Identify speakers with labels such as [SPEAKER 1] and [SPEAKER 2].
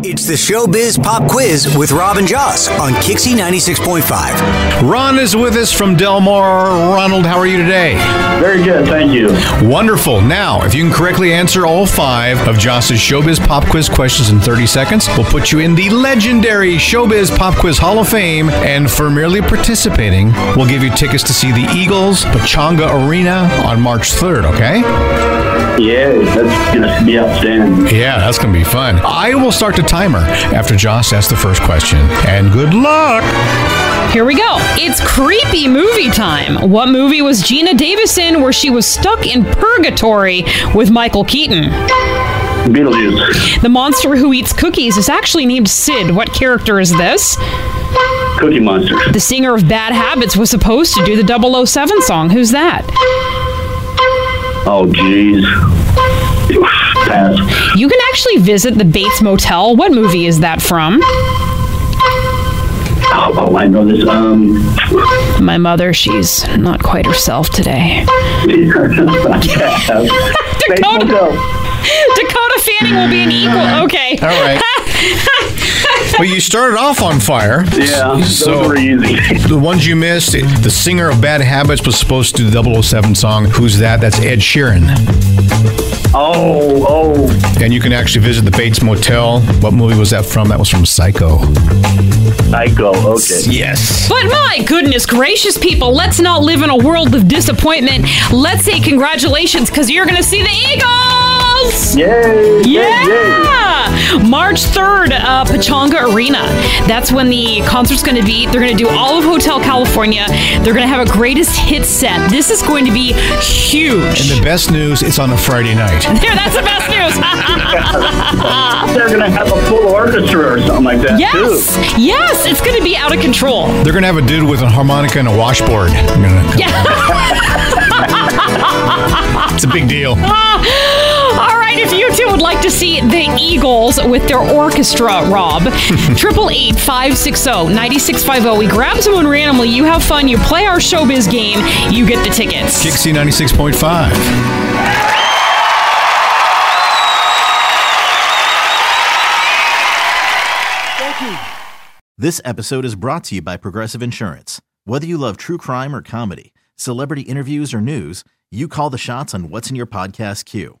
[SPEAKER 1] It's the Showbiz Pop Quiz with Robin Joss on Kixie 96.5.
[SPEAKER 2] Ron is with us from Del Mar. Ronald, how are you today?
[SPEAKER 3] Very good, thank you.
[SPEAKER 2] Wonderful. Now, if you can correctly answer all five of Joss's Showbiz Pop Quiz questions in 30 seconds, we'll put you in the legendary Showbiz Pop Quiz Hall of Fame. And for merely participating, we'll give you tickets to see the Eagles Pachanga Arena on March 3rd, okay?
[SPEAKER 3] Yeah, that's gonna be outstanding.
[SPEAKER 2] Yeah, that's going to be fun. I will start the timer after Joss asks the first question. And good luck.
[SPEAKER 4] Here we go. It's creepy movie time. What movie was Gina Davis in where she was stuck in purgatory with Michael Keaton?
[SPEAKER 3] Beetlejuice,
[SPEAKER 4] The monster who eats cookies is actually named Sid. What character is this?
[SPEAKER 3] Cookie Monster,
[SPEAKER 4] The singer of Bad Habits was supposed to do the 007 song. Who's that?
[SPEAKER 3] oh jeez, pass.
[SPEAKER 4] You can actually visit the Bates Motel. What movie is that from?
[SPEAKER 3] Oh, oh, I know this. Um,
[SPEAKER 4] My mother, she's not quite herself today.
[SPEAKER 3] Dakota.
[SPEAKER 4] Dakota Fanning will be an equal. Okay.
[SPEAKER 2] All right. well, you started off on fire.
[SPEAKER 3] Yeah,
[SPEAKER 2] So-
[SPEAKER 3] those were easy.
[SPEAKER 2] The ones you missed, the singer of Bad Habits was supposed to do the 007 song. Who's that? That's Ed Sheeran.
[SPEAKER 3] Oh, oh,
[SPEAKER 2] And you can actually visit the Bates Motel. What movie was that from? That was from Psycho.
[SPEAKER 3] Psycho. Okay.
[SPEAKER 2] Yes.
[SPEAKER 4] But my goodness gracious, people, let's not live in a world of disappointment. Let's say congratulations because you're going to see the Eagles!
[SPEAKER 3] Yay!
[SPEAKER 4] Yeah!
[SPEAKER 3] Yay!
[SPEAKER 4] March 3rd, uh, Pachanga Arena. That's when the concert's going to be. They're going to do all of Hotel California. They're going to have a greatest hit set. This is going to be huge.
[SPEAKER 2] The best news, it's on a Friday night.
[SPEAKER 4] There, that's the best news.
[SPEAKER 3] Yay. They're gonna have a full orchestra or something like that
[SPEAKER 4] yes,
[SPEAKER 3] too.
[SPEAKER 4] yes, it's going to be out of control.
[SPEAKER 2] They're going to have a dude with a harmonica and a washboard. They're gonna- It's a big deal.
[SPEAKER 4] All right, if you too would like to see the Eagles with their orchestra, Rob, 888 560 9650. oh. We grab someone randomly, you have fun, you play our showbiz game, you get the tickets.
[SPEAKER 2] Kixie 96.5.
[SPEAKER 5] This episode is brought to you by Progressive Insurance. Whether you love true crime or comedy, celebrity interviews or news, you call the shots on what's in your podcast queue.